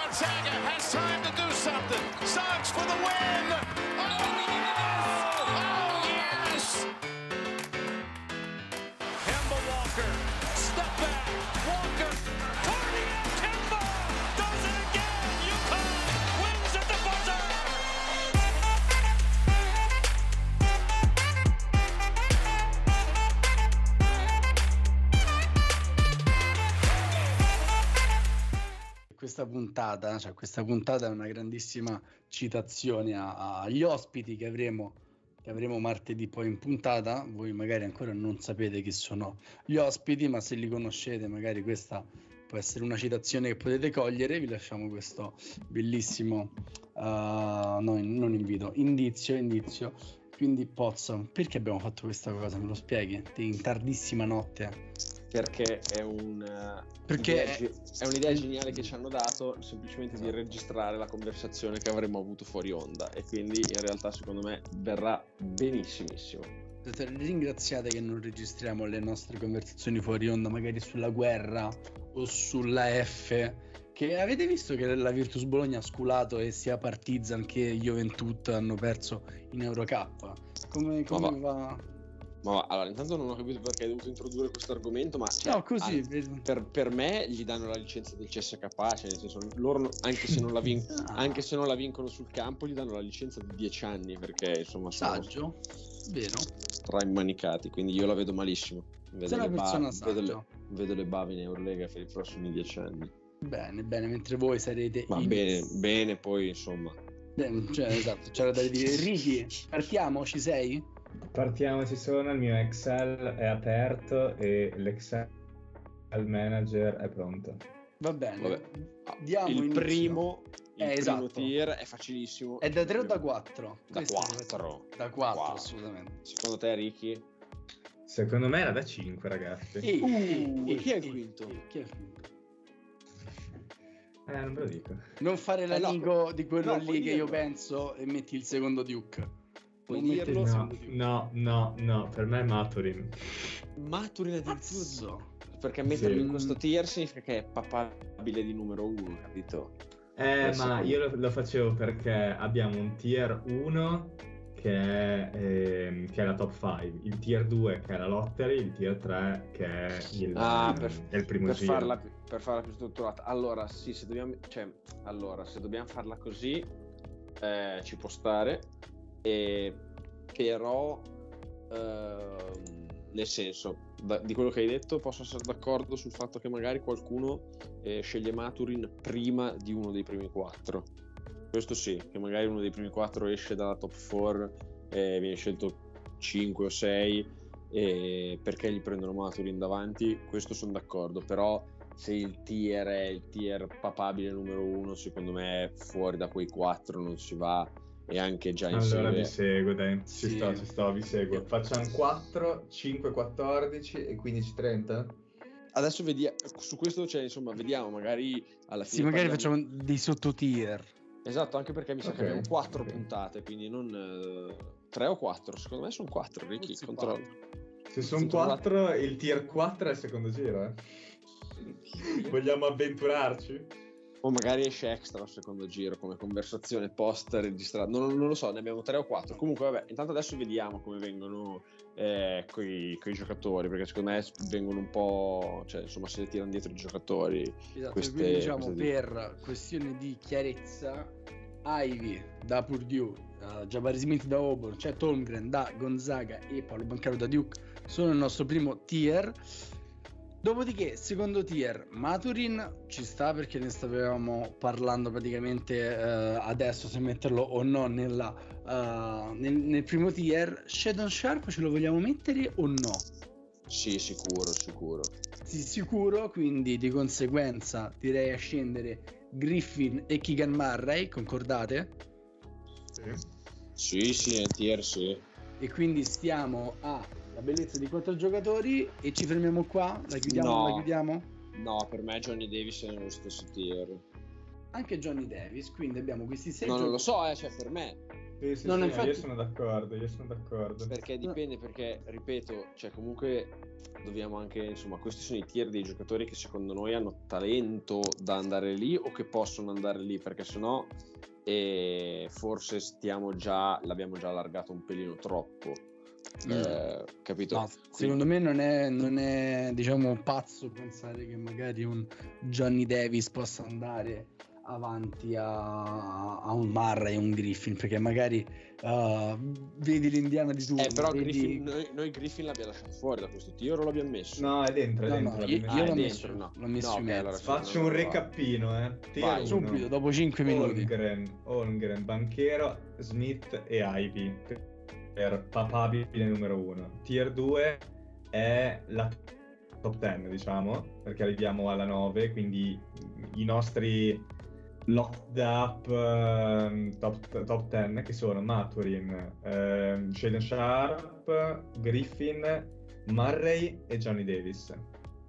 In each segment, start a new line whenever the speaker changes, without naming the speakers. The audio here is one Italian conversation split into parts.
Gonzaga has time to do something. Suggs for the win. Oh, oh yes. Kemba Walker, step back. Walker, Cardiac Kemba does it again. UConn wins at the buzzer.
questa puntata, cioè questa puntata è una grandissima citazione a- a- agli ospiti che avremo, che avremo martedì poi in puntata. Voi magari ancora non sapete chi sono gli ospiti, ma se li conoscete, magari questa può essere una citazione che potete cogliere. Vi lasciamo questo bellissimo, eh, no, in- non invito, indizio, indizio. Quindi Pozzo, perché abbiamo fatto questa cosa? Me lo spieghi? Di- In tardissima notte.
perché è un eh,
Perché-
idea ge- è un'idea geniale che ci hanno dato semplicemente
Esatto.
di registrare la conversazione che avremmo avuto fuori onda e quindi in realtà secondo me verrà benissimissimo
Ringraziate che non registriamo le nostre conversazioni fuori onda, magari sulla guerra o sulla F. Che avete visto che la Virtus Bologna ha sculato e sia Partizan che Juventud hanno perso in Eurocup? Come, come va?
ma va, allora intanto non ho capito perché hai dovuto introdurre questo argomento ma cioè,
No, così.
an-
per-
per, per me gli danno la licenza del CSK cioè nel senso loro no- anche se non la vin-
Ah,
anche se non la vincono sul campo gli danno la licenza di 10 anni perché insomma sono
saggio, vero?
straimmanicati quindi io la vedo malissimo vedo
Sei una
le ba-
persona
vedo le-
saggia.
vedo le bave in Eurolega per i prossimi dieci anni.
Bene, bene, mentre voi sarete
Ma
in-
bene, bene, poi insomma.
Beh, cioè, esatto, c'era da dire. Ricky, partiamo, ci sei?
Partiamo, ci sono, il mio Excel è aperto e l'Excel manager è pronto.
Va bene.
Vabbè.
Diamo
il
inizio.
primo, il
Eh, esatto.
primo tier è facilissimo.
È da 3 o da 4?
Da 4.
Da 4,
Wow.
assolutamente.
Secondo te, Ricky?
Secondo me era da 5, ragazzi.
E,
Uh,
chi è il
eh,
quinto?
eh, chi è il quinto?
Eh, non ve lo dico.
Non fare
Eh, no,
l'amico di quello
no,
lì che
puoi
io
dirlo.
penso e metti il secondo Duke.
Puoi
Non metti
dirlo.
il
No,
secondo Duke.
no, no, no, per me è Maturin.
Maturin addirittura.
Cazzo.
Perché metterlo
Sì.
in questo tier significa che è papabile di numero 1, capito?
Eh,
Adesso-
ma io lo, lo facevo perché abbiamo un tier 1 che è, ehm, che è la top 5, il tier 2 che è la lottery, il tier 3 che è il,
Ah, per-
è il primo
per
giro.
farla, per farla più strutturata. Allora, sì, se dobbiamo, cioè, allora, se dobbiamo farla così, eh, ci può stare, e, però, ehm, nel senso, da- di quello che hai detto, posso essere d'accordo sul fatto che magari qualcuno eh, sceglie Maturin prima di uno dei primi quattro. Questo sì, che magari uno dei primi quattro esce dalla top 4 e viene scelto 5 o 6 e perché gli prendono Maturin davanti, questo sono d'accordo, però se il tier è il tier papabile numero uno, secondo me fuori da quei quattro non si va e anche già insieme.
Allora vi seguo, dai. Ci
Sì.
sto, ci sto, vi seguo.
Io-
Facciamo 4, 5, 14 e 15, 30?
Adesso vediamo, su questo cioè, insomma, vediamo, magari alla fine...
Sì, magari
parliamo-
facciamo dei sottotier.
Esatto, anche perché mi sa
Ok,
che abbiamo quattro
ok.
puntate, quindi non... eh, tre o quattro, secondo me sono quattro, Ricky,
Forse
controllo.
Se sono 4, il tier 4 è il secondo giro, eh. Vogliamo avventurarci?
O magari esce extra al secondo giro come conversazione post registrata. Non, non lo so, ne abbiamo tre o quattro. Comunque, vabbè, intanto adesso vediamo come vengono eh, coi, coi giocatori. Perché secondo me vengono un po'. Cioè, insomma, se tirano dietro i giocatori.
Esatto,
Queste-
quindi diciamo
queste di-
per questione di chiarezza, Ivy da Purdue, eh, Jabari Smith da Auburn, c'è Tolmgren da Gonzaga e Paolo Bancaro da Duke sono il nostro primo tier. Dopodiché, secondo tier, Maturin ci sta perché ne stavamo parlando praticamente eh, adesso se metterlo o no nella, eh, nel, nel primo tier. Shadon Sharp ce lo vogliamo mettere o no?
Sì, sicuro, sicuro.
Sì, sicuro, quindi di conseguenza direi a scendere Griffin e Keegan Murray, concordate?
Sì, sì, nel tier sì.
E quindi stiamo a la bellezza di quattro giocatori e ci fermiamo qua? La chiudiamo?
No.
non La chiudiamo?
No, per me Johnny Davis è nello stesso tier.
Anche Johnny Davis, quindi abbiamo questi sei
No, non
giocatori.
lo so, eh, cioè, per me.
Sì, sì,
No, no,
sì,
infatti-
io sono d'accordo, io sono d'accordo.
Perché dipende, perché ripeto, cioè comunque dobbiamo anche, insomma, questi sono i tier dei giocatori che secondo noi hanno talento da andare lì o che possono andare lì, perché sennò eh, forse stiamo già, l'abbiamo già allargato un pelino troppo. Eh, capito?
Mm. No, secondo me non è, non è, diciamo pazzo pensare che magari un Johnny Davis possa andare avanti a, a un Murray e un Griffin perché magari uh, vedi l'indiana di turno
Eh, però
vedi-
Griffin, noi, noi Griffin l'abbiamo lasciato fuori da questo tier o l'abbiamo messo?
No, è dentro, è
No,
dentro.
no, io,
l'abbiamo
io
Ah,
l'ho
messo.
è
messo,
dentro, no.
l'ho messo
No,
in
ok,
mezzo.
allora
Faccio un recappino, eh. Tiro
Vai.
uno.
subito dopo
Oh,
5 minuti
Holmgren, Holmgren, Banchero, Smith e Ivy per papabile numero 1. Tier 2 è la top 10, diciamo, perché arriviamo alla 9, quindi i nostri locked up ehm, top, top 10 che sono Maturin, ehm, Shaden Sharp, Griffin, Murray e Johnny Davis.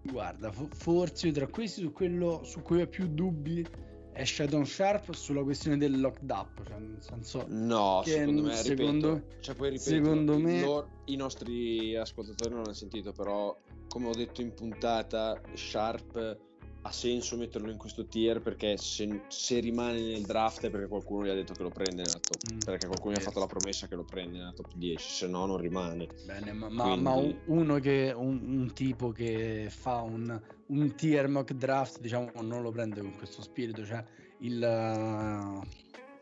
Guarda, fo- forse tra questi su quello su cui ho più dubbi è Shadon Sharp sulla questione del locked-up, cioè nel senso
No,
Che
secondo me,
secondo-
ripeto, cioè, poi ripeto,
secondo me-
loro- i nostri ascoltatori non hanno sentito, però come ho detto in puntata, Sharp ha senso metterlo in questo tier perché se, se rimane nel draft è perché qualcuno gli ha detto che lo prende nella top,
Mm,
perché qualcuno gli ha
yes.
fatto la promessa che lo prende nella top 10, se no non rimane.
Bene, ma, ma- ma
Quindi-
un- uno che un, un tipo che fa un, un tier mock draft, diciamo, non lo prende con questo spirito, cioè il eh,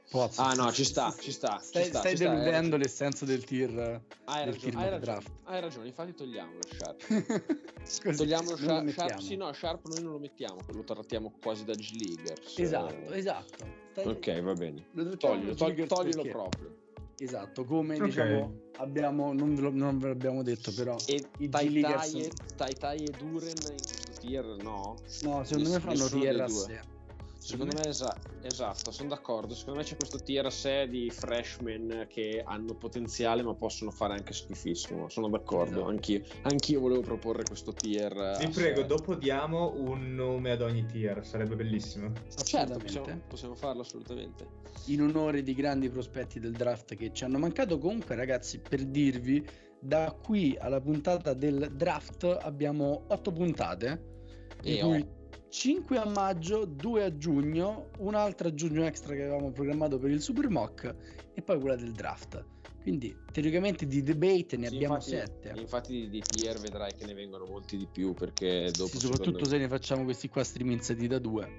Pozzo,
Ah, no, ci sta, ci sta, ci
Stai,
sta, eh.
stai
ci sta, hai
deludendo
ragione.
l'essenza del tier.
Hai
del
ragione,
tier
hai
mock
ragione,
draft.
hai ragione, infatti togliamolo Sharp.
Così,
Togliamo
non lo
Sharp, Sharp,
mettiamo.
sì no, Sharp noi non lo mettiamo, lo trattiamo quasi da G-Leaguer. se-
Esatto, esatto. Stai-
Ok, va bene.
lo trattiamo
Toglilo,
come
tog-
trigger
toglilo
perché-
proprio.
Esatto, come
Ok.
diciamo abbiamo, non ve, lo, non ve l'abbiamo detto però.
E
I
Tai
G-Leaguer
Tai e,
sono-
Tai Tai e Duren in questo tier no?
No, secondo me
ness-
fanno
nessuno dei
tier a
due.
sé.
Secondo me esa- esatto, sono d'accordo. Secondo me c'è questo tier a sé di freshman che hanno potenziale ma possono fare anche schifissimo. Sono d'accordo,
Esatto.
anch'io, anch'io volevo proporre questo tier. eh, a
Vi
sé.
prego, dopo diamo un nome ad ogni tier, sarebbe bellissimo.
Certo,
Assolutamente.
possiamo, possiamo farlo assolutamente.
in onore di grandi prospetti del draft che ci hanno mancato. Comunque, ragazzi, per dirvi, da qui alla puntata del draft abbiamo 8 puntate, di
E
cui 5 a maggio, 2 a giugno, un'altra a giugno extra che avevamo programmato per il Super Mock e poi quella del draft. Quindi teoricamente di debate ne
Sì,
abbiamo
infatti-
7.
Infatti di, di tier vedrai che ne vengono molti di più perché eh, dopo
soprattutto
secondo-
se ne facciamo questi qua streamizzati da due.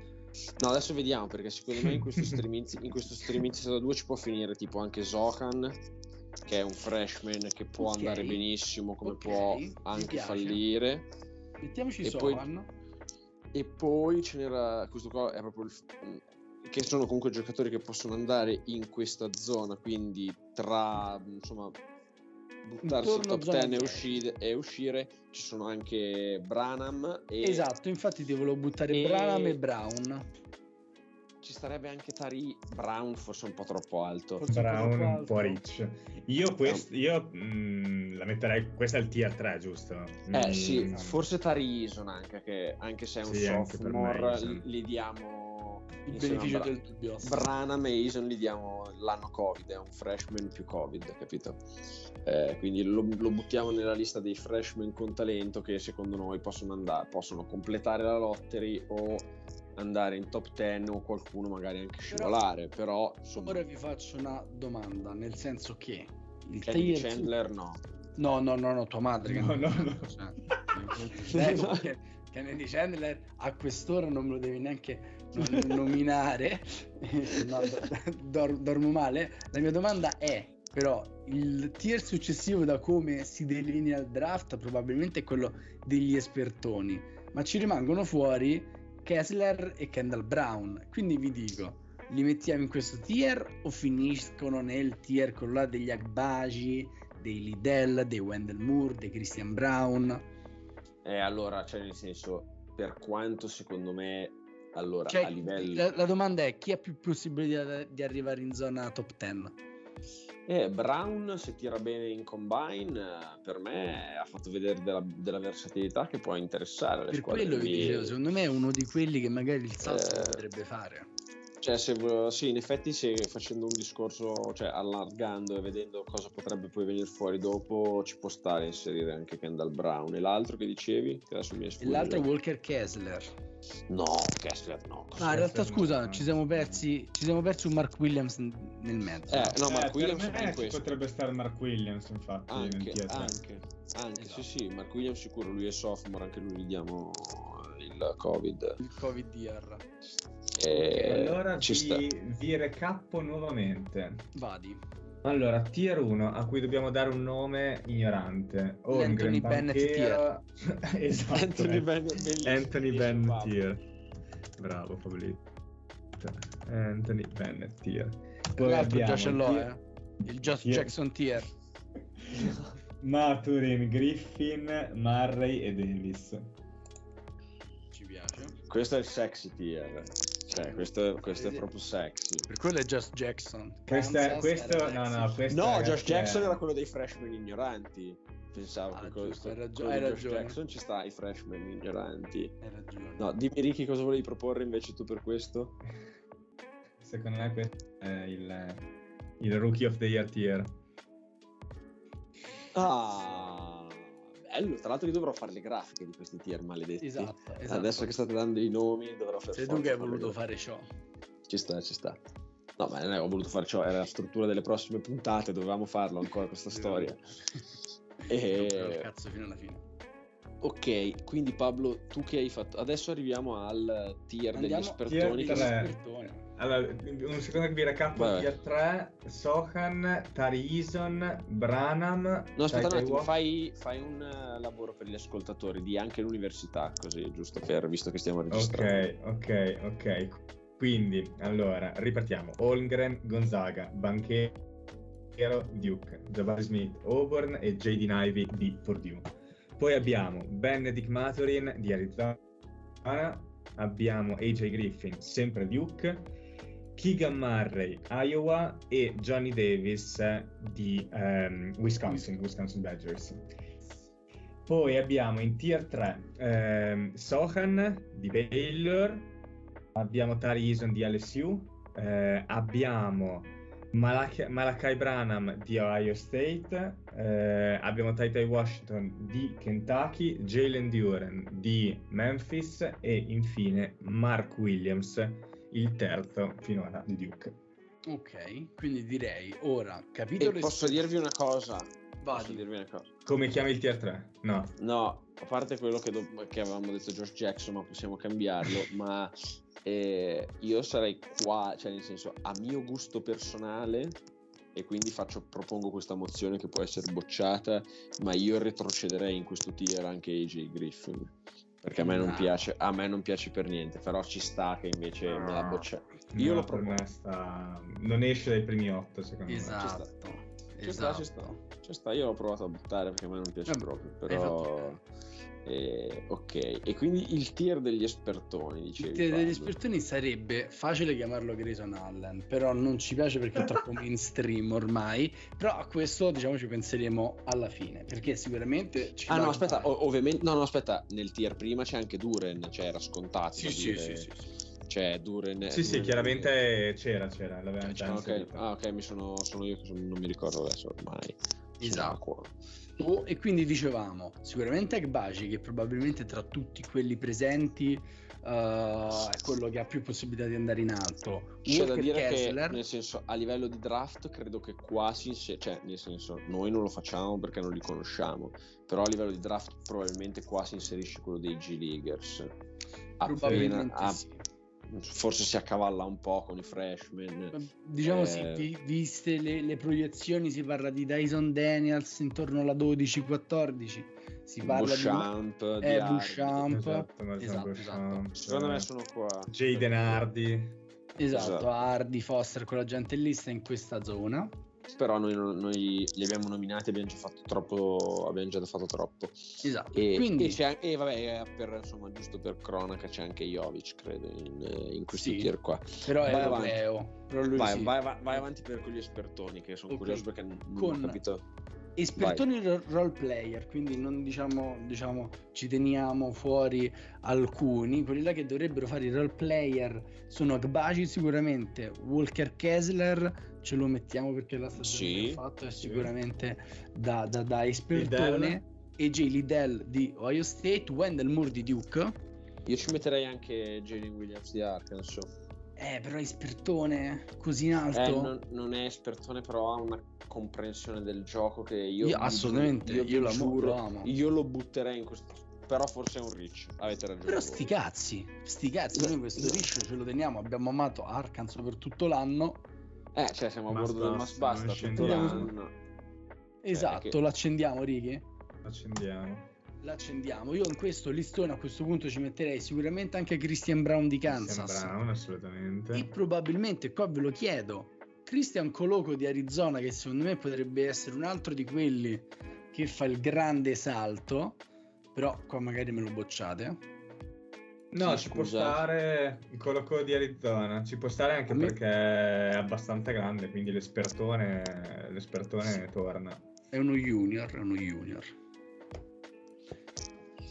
No, adesso vediamo perché secondo me in questo streaming in questo streaming da 2 ci può finire tipo anche Zohan che è un freshman che può
Ok.
andare benissimo come
Ok, mi
può anche
piace.
fallire
Mettiamoci
E poi-
Sohan.
e poi ce n'era questo qua è proprio il mm, che sono comunque giocatori che possono andare in questa zona quindi tra insomma buttarsi in
Intorno
top
zona
10 e
10.
uscire, e uscire ci sono anche Branham e
Esatto, infatti ti volevo buttare
E-
Branham e Brown.
ci starebbe anche Tari Brown forse un po' troppo alto
Forse
Brown
troppo
un po'
alto.
rich.
Eh.
Io, quest- io mm, la metterei. Questa è il tier 3, giusto? Mm,
Eh sì, forse Tari Eason anche, che anche se è un
Sì, anche per me
sophomore,
Eason.
li- li diamo
il
insieme a
beneficio
Bra-
del dubbio.
Branham e Eason li diamo l'anno Covid, è un freshman più Covid, capito? Eh, quindi lo, lo buttiamo nella lista dei freshman con talento che secondo noi possono, andare, possono completare la lottery o andare in top 10 o qualcuno magari anche scivolare, però, insomma,
Ora vi faccio una domanda, nel senso che il
Kenny
tier
Chandler no.
No, no, no, no, tua madre.
Cioè, No,
Kennedy
no, no.
Chandler. Cioè, che- Kennedy Chandler a quest'ora non me lo devi neanche non- nominare. No, do- dor- dormo male. La mia domanda è però il tier successivo da come si delinea il draft probabilmente è quello degli espertoni, ma ci rimangono fuori Kessler e Kendall Brown. Quindi vi dico, li mettiamo in questo tier o finiscono nel tier con là degli Agbaji, dei Lidell, dei Wendell Moore, dei Christian Brown?
Eh, allora, cioè, nel senso, per quanto secondo me, allora,
Cioè,
a livello...
la, la domanda è chi ha più possibilità di arrivare in zona top 10?
Eh, Brown, se tira bene in combine, eh, per me ha fatto vedere della, della versatilità che può interessare alle
Per
squadre
quello vi
NBA.
dicevo, secondo me è uno di quelli che magari il salto
Eh.
potrebbe fare.
Cioè, se, vo- sì, in effetti, se facendo un discorso, cioè allargando e vedendo cosa potrebbe poi venire fuori dopo, ci può stare a inserire anche Kendall Brown. E l'altro che dicevi, che adesso mi è
E
sfuggito.
l'altro è Walker Kessler.
No, Kessler no.
No, in realtà
Kessler no,
scusa,
no.
ci siamo persi, ci siamo persi un Mark Williams n- nel mezzo.
Eh, no,
Eh,
Mark
per
Williams
me
è in
ci
questo.
potrebbe stare Mark Williams, infatti,
Anche,
nel TSM.
anche, anche,
Esatto.
sì, sì, Mark Williams sicuro, lui è sophomore, anche lui gli diamo il Covid.
Il Covid DR.
E
allora
eh, ci sta.
vi, vi recappo nuovamente.
Vadi.
Allora, tier 1 a cui dobbiamo dare un nome ignorante. Holmgren,
Anthony Bennett
Banchero- esatto.
Anthony
eh.
Bennett, bellissimo,
Anthony
bellissimo,
Bennett
Pablo.
tier. Bravo Pablito. Anthony Bennett tier.
L'altro già
abbiamo
ce
il
l'ho,
tier-
eh. Il Josh
tier-
Jackson tier.
Maturin, Griffin, Murray e Davis.
Ci piace.
Questo è il sexy tier. Cioè, questo, questo è proprio sexy.
Per quello è Josh Jackson.
Questo è,
Kansas era
questo, no,
Texas.
no, questo
No,
ragazzi,
Josh Jackson
è-
era quello dei freshman ignoranti. Pensavo
Ah,
che
giusto,
questo-
hai ragio-
quello
hai
di Josh
ragione.
Jackson ci sta i freshman ignoranti.
Hai ragione.
No, dimmi Ricky cosa volevi proporre invece tu per questo?
Secondo me questo è il, il rookie of the year tier.
Ah, bello. Tra l'altro io dovrò fare le grafiche di questi tier maledetti.
Esatto, esatto.
Eh, Adesso che state dando i nomi dovrò per
Sei tu
forza
che hai
farle
voluto
le-
fare ciò.
Ci sta, ci sta. No, ma non è che ho voluto fare ciò, era la struttura delle prossime puntate, dovevamo farlo ancora questa storia.
E...
E-
Il cazzo fino alla fine.
Ok, quindi Pablo, tu che hai fatto? Adesso arriviamo al tier degli
Andiamo
espertoni.
tier
che-
tre.
Espertone.
Allora, un secondo che vi recapito
Vai, vai.
tier 3, Sohan, Tarison, Branham,
No, aspetta un
Ty- Ty
attimo,
Walker-
fai, fai un eh, lavoro per gli ascoltatori di anche l'università, così, giusto per, visto che stiamo registrando.
Ok, ok, ok. Quindi, allora, ripartiamo. Holmgren, Gonzaga, Banchero, Duke, Jabari Smith, Auburn e Jaden Ivey di Purdue. Poi abbiamo Benedict Maturin di Arizona, abbiamo AJ Griffin, sempre Duke, Keegan Murray, Iowa e Johnny Davis di ehm, Wisconsin, Wisconsin Badgers. Poi abbiamo in tier 3 ehm, Sohan di Baylor, abbiamo Tarison di LSU, eh, abbiamo Malak- Malakai Branham di Ohio State, eh, abbiamo Tai Tai Washington di Kentucky, Jalen Duren di Memphis e infine Mark Williams, il terzo finora di Duke.
Ok, quindi direi ora capitolo
E Eh, posso
esper-
dirvi una cosa? Posso
Vadi.
dirvi una cosa?
Come chiami il tier 3? No.
No, a parte quello che, do- che avevamo detto George Jackson, ma possiamo cambiarlo, ma eh, io sarei qua, cioè nel senso, a mio gusto personale, e quindi faccio- propongo questa mozione che può essere bocciata, ma io retrocederei in questo tier anche AJ Griffin, perché a me non,
No.
piace, a me non piace per niente, però ci sta che invece me la boccia. Io
No,
lo
per
propongo.
me sta- non esce dai primi 8 secondo
Esatto.
Ci sta, ci sta. Esatto. Ci sta, io l'ho provato a buttare perché a me non piace
Eh,
proprio,
fatto
però... eh, ok, e quindi il tier degli espertoni, dicevi.
Il tier degli
Pablo.
espertoni sarebbe facile chiamarlo Grayson Allen, però non ci piace perché è troppo mainstream ormai. Però a questo diciamo ci penseremo alla fine, perché sicuramente ci
Ah
dà
no,
da
aspetta,
fare.
o- ovviamente... No, no, aspetta, nel tier prima c'è anche Duren, cioè era scontato.
Sì,
da
sì,
dire.
sì, sì, sì.
Cioè Duren...
me. Sì, sì,
Duren-
chiaramente c'era, c'era.
Ah,
Cioè,
l'avevamo già
diciamo
c'era, ok.
inserito.
Ah, ok, mi sono, sono io che sono- non mi ricordo adesso ormai.
Esatto.
Sì,
Oh, E quindi dicevamo, sicuramente Agbaci, che probabilmente tra tutti quelli presenti eh, è quello che ha più possibilità di andare in alto.
C'è da
Walker
dire
Kessler,
che, nel senso, a livello di draft, credo che qua si inse- cioè, nel senso, noi non lo facciamo perché non li conosciamo, però a livello di draft probabilmente qua si inserisce quello dei G-Leaguers. Appena,
probabilmente
a-
sì.
forse si accavalla un po' con i freshman.
Diciamo
Eh,
sì, vi- viste le, le proiezioni si parla di Dyson Daniels intorno alla 12-14, si parla
Beauchamp,
di
di
eh,
Harden.
Beauchamp.
Esatto, Marcel
Esatto,
Beauchamp,
Secondo me
eh,
sono qua.
Jaden Hardy.
esatto,
Esatto.
Hardy, Foster, quella gente lì sta in questa zona.
Però noi, non- noi li abbiamo nominati, abbiamo già fatto troppo. Abbiamo già fatto troppo.
Esatto.
E,
Quindi
e c'è- e vabbè, eh, per, insomma, giusto per cronaca c'è anche Jovic, credo, in, eh, in questo
Sì.
tier qua.
però è
vai avanti.
europeo, però lui
Vai,
sì.
vai- vai- vai avanti per con gli espertoni, che sono
Ok.
curioso perché non non
Con-
ho capito.
Espertoni ro- role player, quindi non diciamo, diciamo ci teniamo fuori alcuni, quelli là che dovrebbero fare i role player sono Agbaci sicuramente, Walker Kessler ce lo mettiamo perché la stagione
Sì.
che ha fatto è sicuramente da, da, da
Liddell.
espertone, AJ Liddell di Ohio State, Wendell Moore di Duke,
Io ci metterei anche Jalen Williams di Arkansas.
eh però espertone così in
Eh,
alto...
non, non è espertone, però ha una comprensione del gioco che
Io
io, vi
assolutamente,
giuro-
io
vi
l'amo-
giuro,
lo amo.
Io lo butterei in questo. Però forse è un reach. Avete ragione.
Però
voi.
sti cazzi, sti cazzi, noi questo liscio ce lo teniamo, abbiamo amato Arkansas per tutto l'anno,
Eh, cioè, siamo a
Ma
bordo del mas
basta,
basta.
non
tutto
scendiamo.
l'anno.
Cioè,
esatto,
che-
l'accendiamo righe,
Accendiamo.
l'accendiamo, io in questo listone a questo punto ci metterei sicuramente anche Christian Brown di
Christian
Kansas
Brown, assolutamente.
e probabilmente, qua ve lo chiedo, Christian Coloco di Arizona che secondo me potrebbe essere un altro di quelli che fa il grande salto, però qua magari me lo bocciate.
No,
Sì,
ci può
scusa.
stare il Coloco di Arizona, ci può stare anche
A me-
perché è abbastanza grande, quindi l'espertone, l'espertone torna.
È uno junior, è uno junior.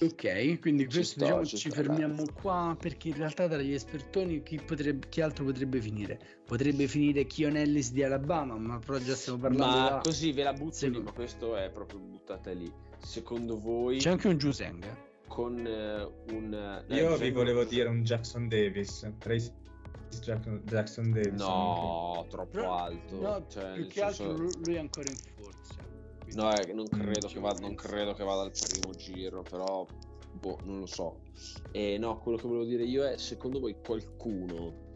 Ok, quindi
Ci
questo
sto,
diciamo
ci
ci,
sto,
fermiamo
dai.
qua perché in realtà tra gli espertoni chi, potrebbe, chi altro potrebbe finire? Potrebbe finire Kion Ellis di Alabama, ma però già stiamo parlando
Ma
da-
così ve la butto
Sì,
lì,
ma-
ma questo è proprio buttata lì. Secondo voi
C'è anche un Giuseng.
con eh, un eh,
Io vi
Jalen-
volevo dire un Jackson Davis, Trace Jackson, Jackson Davis.
No, troppo
Però-
alto.
No,
cioè,
più
nel
che altro
senso-
lu- lui è ancora in forza. Quindi-
No, eh, non credo,
Mm,
che vada,
ci
non
penso.
credo che vada al primo giro, però boh, non lo so. E no, quello che volevo dire io è, secondo voi qualcuno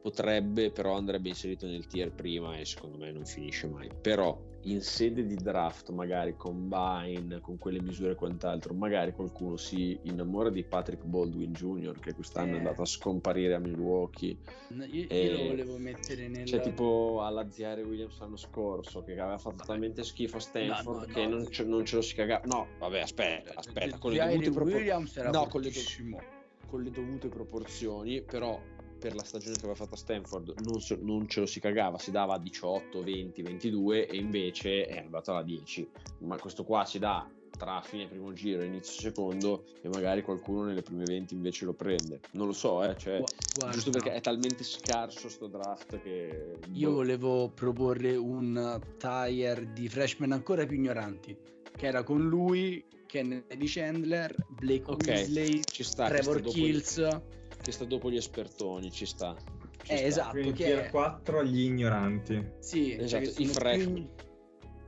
potrebbe, però andrebbe inserito nel tier prima e secondo me non finisce mai. Però in sede di draft, magari combine, con quelle misure e quant'altro, magari qualcuno si innamora di Patrick Baldwin Jr., che quest'anno
Eh.
è andato a scomparire a Milwaukee.
No, io,
Eh,
io lo volevo mettere nel...
Cioè, tipo alla Ziare Williams l'anno scorso, che aveva fatto talmente schifo a Stanford
No, no, no.
che non, ce, non ce lo si cagava. No, vabbè, aspetta, eh, aspetta. Con le,
Jaire
dovute propor-
cioè, Williams era
No, con le do-
fortissimo.
con le dovute proporzioni, però per la stagione che aveva fatto a Stanford non, se- non ce lo si cagava, si dava 18, 20, 22 e invece è arrivato alla 10. Ma questo qua si dà tra fine primo giro e inizio secondo e magari qualcuno nelle prime 20 invece lo prende. Non lo so, eh, cioè,
Gua- guarda.
giusto perché è talmente scarso sto draft che...
Io
boh.
volevo proporre un tire di freshman ancora più ignoranti, che era con lui, Kennedy Chandler, Blake
Ok,
Weasley,
ci sta. che sta
Trevor
dopo
Kills.
gli- Che sta dopo gli espertoni, ci sta. ci
Eh,
sta.
esatto,
Quindi
che
tier
è-
4 gli ignoranti.
Sì, cioè
Esatto,
che
i
sono
freshman.
Più,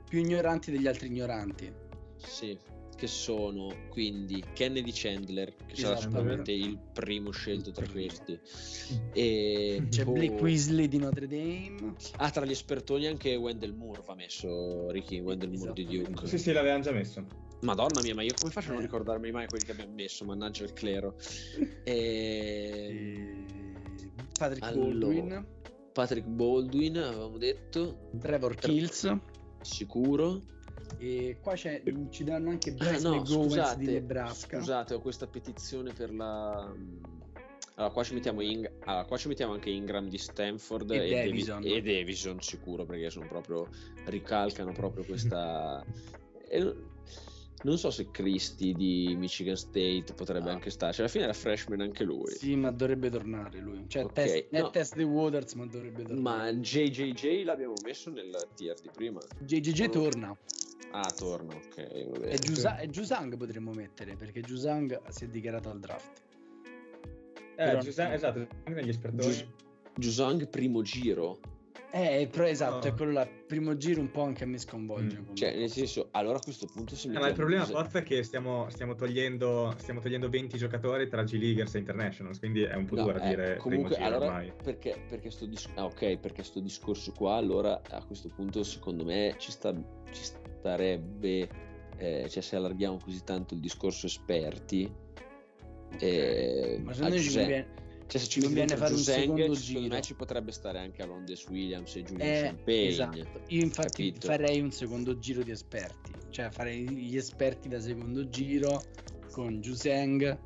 più ignoranti degli altri ignoranti.
Sì, che sono quindi Kennedy Chandler, che sarà
Esatto.
sicuramente il primo scelto tra questi. E
C'è
poi-
Blake Weasley di Notre Dame.
Ah, tra gli espertoni anche Wendell Moore va messo, Ricky, Wendell Moore di
Esattamente.
Duke.
Sì, sì, l'avevamo già messo.
Madonna mia, ma io come faccio a non
Eh.
ricordarmi mai quelli che abbiamo messo, mannaggia il clero. E...
e Patrick
Allora.
Baldwin,
Patrick Baldwin, avevamo detto,
Trevor Kills.
sicuro.
E qua c'è, ci danno anche
Ah,
Bryce
no,
McGowan
scusate,
di Nebraska.
scusate, ho questa petizione per la. Allora, qua ci mettiamo, Ing- allora, qua ci mettiamo anche Ingram di Stanford
E
e, Davi-
Davison.
e Davison, sicuro, perché sono proprio. ricalcano proprio questa. e non- non so se Christie di Michigan State potrebbe
Ah.
anche starci. Alla fine era freshman anche lui.
Sì, ma dovrebbe tornare lui. Cioè,
Ok,
test,
no.
è test the Waters, ma dovrebbe tornare.
Ma JJJ l'abbiamo messo nel tier di prima.
JJJ
Oh.
torna.
Ah, torna, ok. va bene.
E Giusa- e Giusang potremmo mettere, perché Giusang si è dichiarato al draft.
Eh,
Però-
Giuseppe, Eh, esatto, anche negli espertoni.
Gius- Giusang, primo giro.
Eh, però esatto,
No.
è quello là. Primo giro un po' anche a me sconvolge.
Mm.
come-
Cioè, nel senso, allora a questo punto si
Eh, ma il problema
Giusang-
forza è che stiamo, stiamo togliendo, stiamo togliendo 20 giocatori tra G-Leaguers e Internationals, quindi è un po'
No,
dura
eh,
dire
comunque,
primo giro
allora,
ormai.
perché, perché sto dis- ah, ok, perché sto discorso qua, allora a questo punto secondo me ci, sta- ci starebbe, eh, cioè se allarghiamo così tanto il discorso esperti,
Ok.
eh,
Ma
a
secondo me ci
Giuseppe-
conviene-
cioè, se ci
non
viene
viene
fare
fare un secondo
secondo
giro.
me ci potrebbe stare anche Alondes Williams e Julian
Eh,
Champagne.
esatto. Io infatti
capito?
farei un secondo giro di esperti. Cioè, farei gli esperti da secondo giro con Giusang,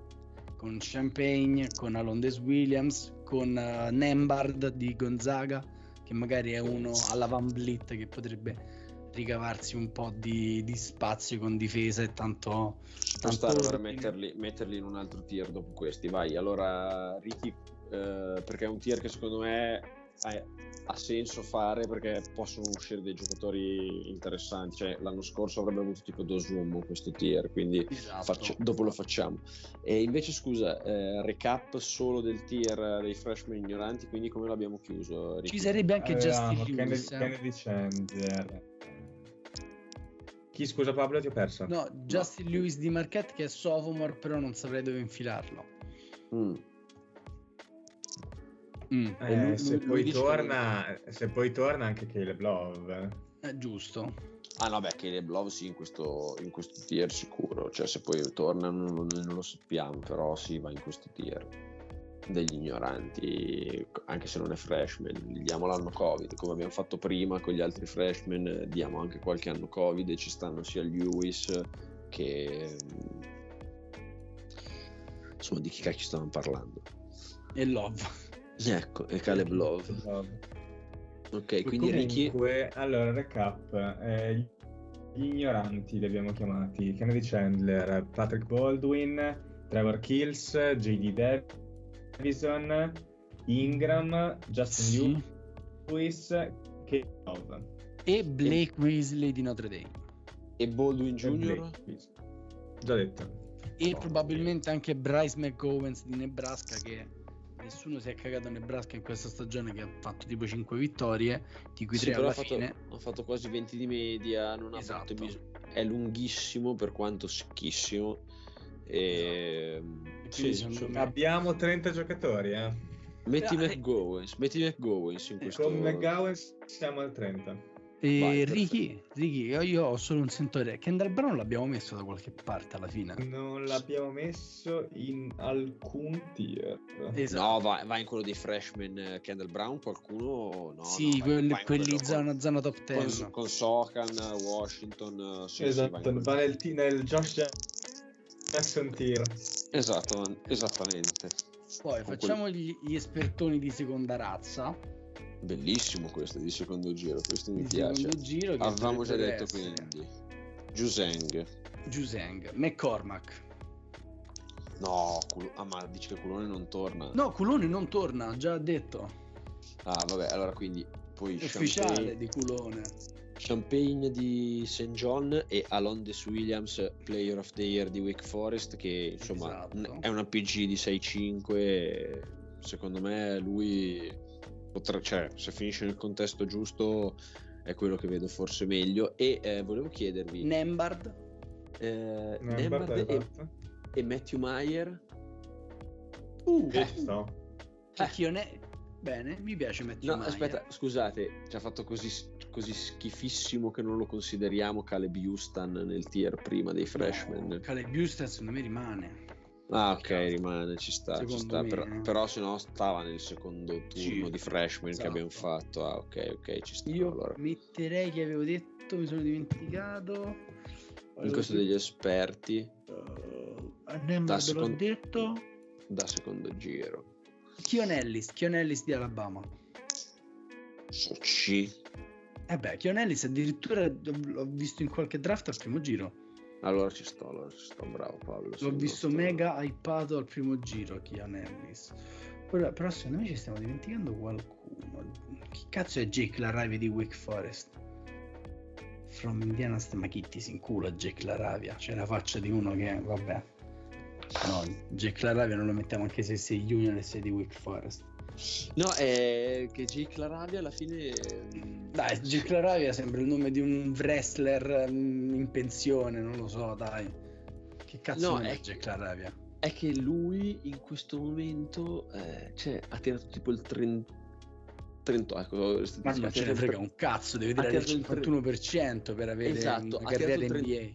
con Champagne, con Alondes Williams, con eh, Nembhard di Gonzaga, che magari è uno alla Van Blit che potrebbe ricavarsi un po' di, di spazio con difesa e tanto...
Può
tanto
stare, allora metterli, metterli in un altro tier dopo questi. Vai, allora Ricky, eh, perché è un tier che secondo me ha, ha senso fare perché possono uscire dei giocatori interessanti. Cioè, l'anno scorso avrebbe avuto tipo Dosumo questo tier, quindi
Esatto.
facci- dopo lo facciamo. E invece, scusa, eh, recap solo del tier dei freshman ignoranti, quindi come l'abbiamo chiuso? Ricky?
Ci sarebbe anche
Avevamo
Justin
Kennedy,
Lewis. eh.
Kennedy Chandler. Chi scusa Pablo ti ho perso?
No, Justin Lewis di Marquette che è sophomore, però non saprei dove infilarlo.
Mm.
Mm.
Eh,
E lui-
se,
lui- lui
poi
dice
torna, se poi torna anche Caleb Love.
È Eh, giusto.
Ah no, beh, Caleb Love sì, in questo, in questo tier sicuro, cioè se poi torna non, lo- non lo sappiamo, però sì, va in questo tier degli ignoranti, anche se non è freshman, gli diamo l'anno Covid, come abbiamo fatto prima con gli altri freshman, eh, diamo anche qualche anno Covid e ci stanno sia Lewis che... Insomma, di chi cacchio stavamo parlando?
E Love.
Ecco, e Caleb Love. Ok, quindi Ricky...
Comunque, allora, recap. eh, gli ignoranti li abbiamo chiamati. Kennedy Chandler, Patrick Baldwin, Trevor Kills, JD Davison, Ingram, Justin
Sì.
Lewis, Caleb Love.
E Blake Weasley di Notre Dame.
E Baldwin
e
Jr.?
Blake Wilson. Già detto.
E
Madonna
probabilmente anche Bryce McGowens di Nebraska che nessuno si è cagato a Nebraska in questa stagione che ha fatto tipo 5 vittorie, di cui
Sì,
3
però
alla
ha fatto,
fine.
ha fatto quasi 20 di media, non ha fatto
Esatto.
bis- è lunghissimo per quanto secchissimo.
E Esatto. quindi
E... sì, sì,
secondo
sì.
me- eh.
Abbiamo 30 giocatori, eh.
Metti
Dai.
McGowens, metti McGowens in questo
Con McGowan siamo al 30.
E
Vai,
Ricky, Ricky, io, io ho solo un sentore. Kendall Brown l'abbiamo messo da qualche parte alla fine.
Non l'abbiamo messo in alcun tier.
Eh,
esatto.
No, vai, vai in quello dei freshman eh, Kendall Brown, qualcuno no,
sì,
no, vai-
quelli,
vai in
quelli
quello
zona, zona top
con,
10.
con, con Sokan, Washington, eh, sì, sì, vai in
esatto,
quello.
va nel, ti- nel Josh Jackson tier.
Esatto, esattamente.
Poi
Con
facciamo gli, gli espertoni di seconda razza.
quelli- Bellissimo questo di secondo giro, questo mi
Di
piace.
secondo giro. che
Avevamo già
potrebbe
detto
essere
quindi. Giuseng.
Giuseng, McCormack.
No, Cul- ah, ma dici che Culone non torna.
No, Culone non torna, già detto.
Ah, vabbè, allora quindi poi
Ufficiale
Champagne,
di Culone.
Champagne di St. John e Alondes Williams, player of the year di Wake Forest, che insomma
Esatto.
n- è una PG di 6-5. e Secondo me lui potrà, cioè, se finisce nel contesto giusto è quello che vedo forse meglio. E eh, volevo chiedervi,
Mm. Nembard.
eh,
Non è
Nembhard
Bartolo,
e,
esatto.
e Matthew Meyer?
Uh,
Eh.
Ci sto.
Cacchione. Bene, mi piace Matthew
No,
Maia.
aspetta, scusate, ci ha fatto così, così schifissimo che non lo consideriamo Caleb Houston nel tier prima dei freshman.
No, Caleb Houston secondo me rimane.
ah, ok, rimane, ci sta, ci
Secondo
sta.
me,
però,
eh.
però se no stava nel secondo turno
Sì,
di freshman
esatto.
che abbiamo fatto. Ah, ok, ok, ci sta.
Io
allora.
metterei che avevo detto, mi sono dimenticato.
In questo degli esperti
Uh,
da,
Nembard l'ho
secon-
detto.
da secondo giro.
Chionellis, Chionellis di Alabama.
Su C.
Eh beh, Chionellis addirittura l'ho visto in qualche draft al primo giro.
Allora ci sto, allora ci sto, bravo Paolo.
L'ho
sei
visto
molto-
mega hypato al primo giro, Chionellis. Ora, però secondo me ci stiamo dimenticando qualcuno. Chi cazzo è Jake Laravia di Wake Forest? From Indiana State, ma chi ti si incula Jake Laravia? C'è la faccia di uno che, vabbè. No, Jake Laravia non lo mettiamo anche se sei junior e sei di Wake Forest.
No, è che Jake Laravia alla fine...
Dai, Jake Laravia sembra il nome di un wrestler mm, in pensione, non lo so, dai. Che cazzo
No,
non è,
è-
Jake Laravia?
è che lui in questo momento eh, cioè, ha tirato tipo il 30 38 ecco,
Ma non ce ne frega un cazzo, deve tirare il
tirato il tre-
51% per avere
Esatto,
una
ha tirato
carriera
il tre-
NBA.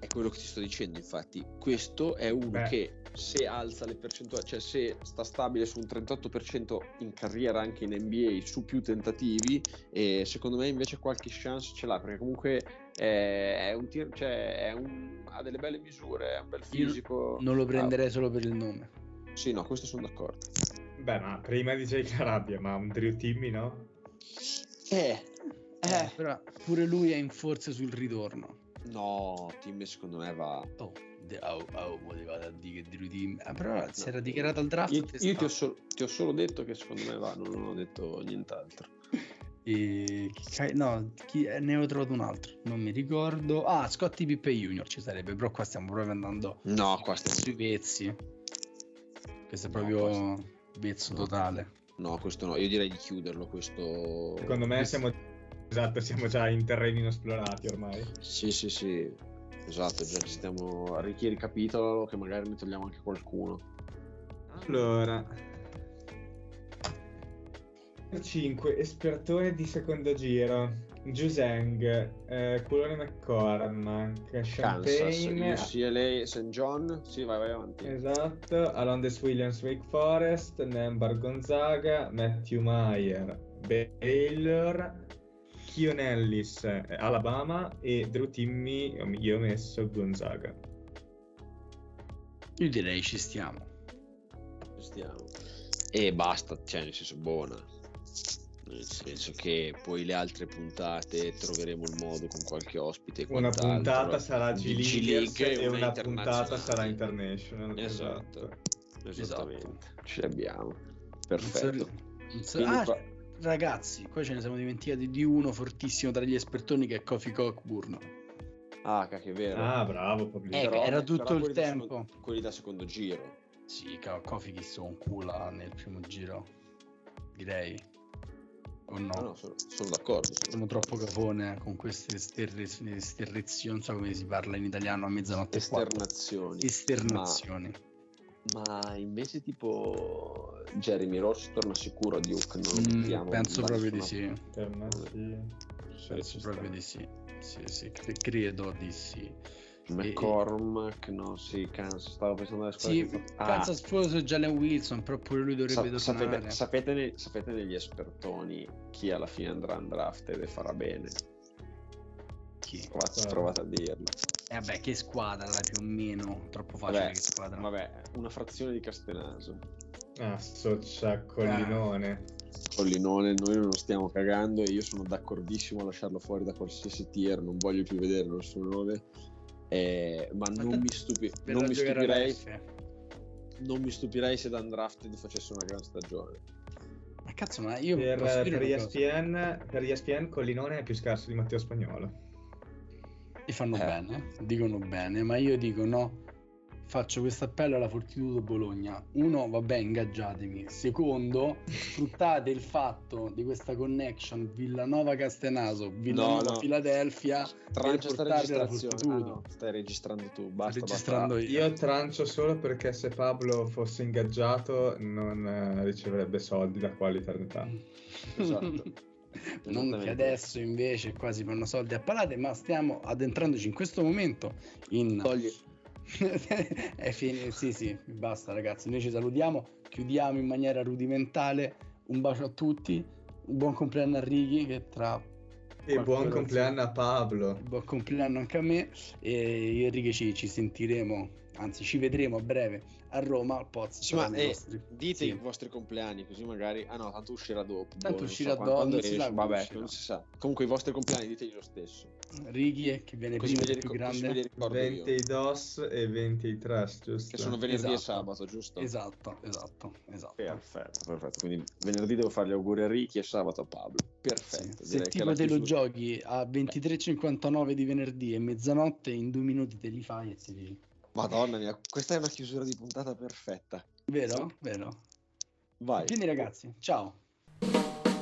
è quello che ti sto dicendo infatti questo è uno
Beh.
che se alza le percentuali cioè se sta stabile su un 38% in carriera anche in NBA su più tentativi e secondo me invece qualche chance ce l'ha perché comunque eh, è un tir- cioè, è un- ha delle belle misure è un bel
Io
fisico
Non lo
Ah,
prenderei solo per il nome.
sì no questo sono d'accordo
Beh, ma prima di Jake Arabia, ma un Drew Timmy, no?
eh
Eh, però pure lui è in forze sul ritorno.
No, Tim secondo me va.
Oh, de- oh, oh potevate a dire che Drew Team. Ah, però si era dichiarato al draft.
Esatto. Io,
e
io ti, ho
sta.
sol- ti ho solo detto che secondo me va, non ho detto nient'altro.
E chi ca- no, chi- eh, ne ho trovato un altro, non mi ricordo. Ah, Scotty Pippe Junior ci sarebbe, però qua stiamo proprio andando
No, qua
sui
stiamo...
pezzi. Questo è
No,
proprio
questo-
pezzo
no.
totale.
No, questo no, io direi di chiuderlo questo...
Secondo me
questo-
siamo... Esatto, siamo già in terreni inesplorati ormai.
Sì, sì, sì. Esatto, già ci stiamo arricchire il capitolo che magari ne togliamo anche qualcuno.
Allora, 5 espertone di secondo giro. Juseng, eh, Culone McCormack,
Kansas,
Champagne,
UCLA, St. John. Sì, vai, vai avanti.
esatto, Alondes Williams Wake Forest, Nembar Gonzaga, Matthew Meyer, Baylor, Kion Ellis eh, Alabama e Drew Timmy, io ho messo Gonzaga.
Io direi ci stiamo.
Stiamo. E basta, cioè nel senso buona. Nel senso che poi le altre puntate troveremo il modo con qualche ospite. e
Una
quant'altro. eh.
puntata sarà
Di
G-Leaguers
G League
e una
internazionale.
puntata sarà international.
Esatto. Esattamente. Ci abbiamo.
Esatto. Non so-
Perfetto.
non so-
Quindi
ah,
qua-
ragazzi, qua ce ne siamo dimenticati di uno fortissimo tra gli espertoni che è Kofi Cockburn.
Ah, cacchio, è vero.
Ah, bravo Fabrizio.
Eh,
Però-
era tutto
però
il
quelli da
tempo.
secondo- quelli da secondo giro.
Sì, ca- Kofi chi un culo nel primo giro, direi. O no?
Ah, No, no, sono, sono d'accordo. sono
Siamo troppo cafone con queste esterre- esterrezioni, non so come si parla in italiano a mezzanotte. e quattro.
Esternazioni.
Esternazioni.
Ma, ma invece tipo Jeremy Ross torna sicuro a Duke, non lo
Mm,
mettiamo,
penso
ma
proprio di
nessuna-
sì.
Internazionale.
Cioè,
Penso
ci
proprio
sta.
di sì. Sì, sì, cre- credo di sì.
McCormack, no, sì, Kansas, stavo pensando alle squadre
Sì,
che fa- Ah,
Kansas sposo Jalen Wilson, però pure lui
sa-
dovrebbe tornare.
sapete, sapete, ne- sapete negli espertoni chi alla fine andrà in draft e farà bene.
Chi?
Provate,
Guarda.
provate a dirlo.
Eh, vabbè, che squadra dai, più o meno, troppo facile
Vabbè,
che squadra.
Vabbè, una frazione di Castenaso.
Ah, Soccia Collinone.
Collinone, noi non lo stiamo cagando e io sono d'accordissimo a lasciarlo fuori da qualsiasi tier, non voglio più vedere il suo nome. Eh, ma non
tanto
mi, stupi-
Verrà
non
a
mi
giocare eh. alla
stupirei,
F.
non mi stupirei se da undrafted facesse una gran stagione.
Ma cazzo, ma io Cioè,
Per,
posso dire
per,
una cosa?
ESPN, per ESPN Collinone è più scarso di Matteo Spagnolo.
E fanno
Eh.
bene, dicono bene, ma io dico no. Faccio questo appello alla Fortitudo Bologna. Uno, vabbè, ingaggiatemi. Secondo, sfruttate il fatto di questa connection Villanova-Castenaso, Villanova-Filadelfia.
Trancia sta
portarli alla
registrazione.
fortitudo.
Ah, no, stai registrando tu, basta.
Sto registrando
basta.
io.
Io trancio solo perché se Pablo fosse ingaggiato non eh, riceverebbe soldi da qua all'eternità.
Mm,
Esatto.
Non che
Esattamente.
adesso invece quasi fanno soldi a palate, ma stiamo addentrandoci in questo momento in
Togli-
è fine, sì, sì, basta ragazzi. Noi ci salutiamo, chiudiamo in maniera rudimentale. Un bacio a tutti, un buon compleanno a Righi che tra
E buon
Qualcuno-
compleanno a Pablo.
buon compleanno anche a me e io e Righi ci, ci sentiremo, anzi ci vedremo a breve a Roma al Poz.
Insomma,
saranno i
eh,
nostri-
dite
sì.
i vostri compleanni, così magari. Ah no, tanto uscirà dopo.
Tanto
boh, non
uscirà
quando-
dopo,
quando
non si sa
esce,
quando
Vabbè,
uscirà.
non si sa. Comunque, i vostri compleanni ditegli lo stesso.
Righi eh, che viene
Così
prima
me
è il
li
più
ricor- così me
grande.
li ricordo io.
20 i DOS e 20 i Trust, giusto?
Che sono venerdì e
Esatto.
sabato, giusto?
Esatto, esatto, esatto.
Perfetto, perfetto. Quindi venerdì devo fare gli auguri a Ricky e sabato a Pablo.
Sì. Se
Perfetto. direi che
tipo
la
te lo
chiusura-
giochi a 23.59 di venerdì e mezzanotte, in due minuti te li fai e te li...
Madonna mia, questa è una chiusura di puntata perfetta.
Vero? Vero.
Vai.
Quindi ragazzi, ciao.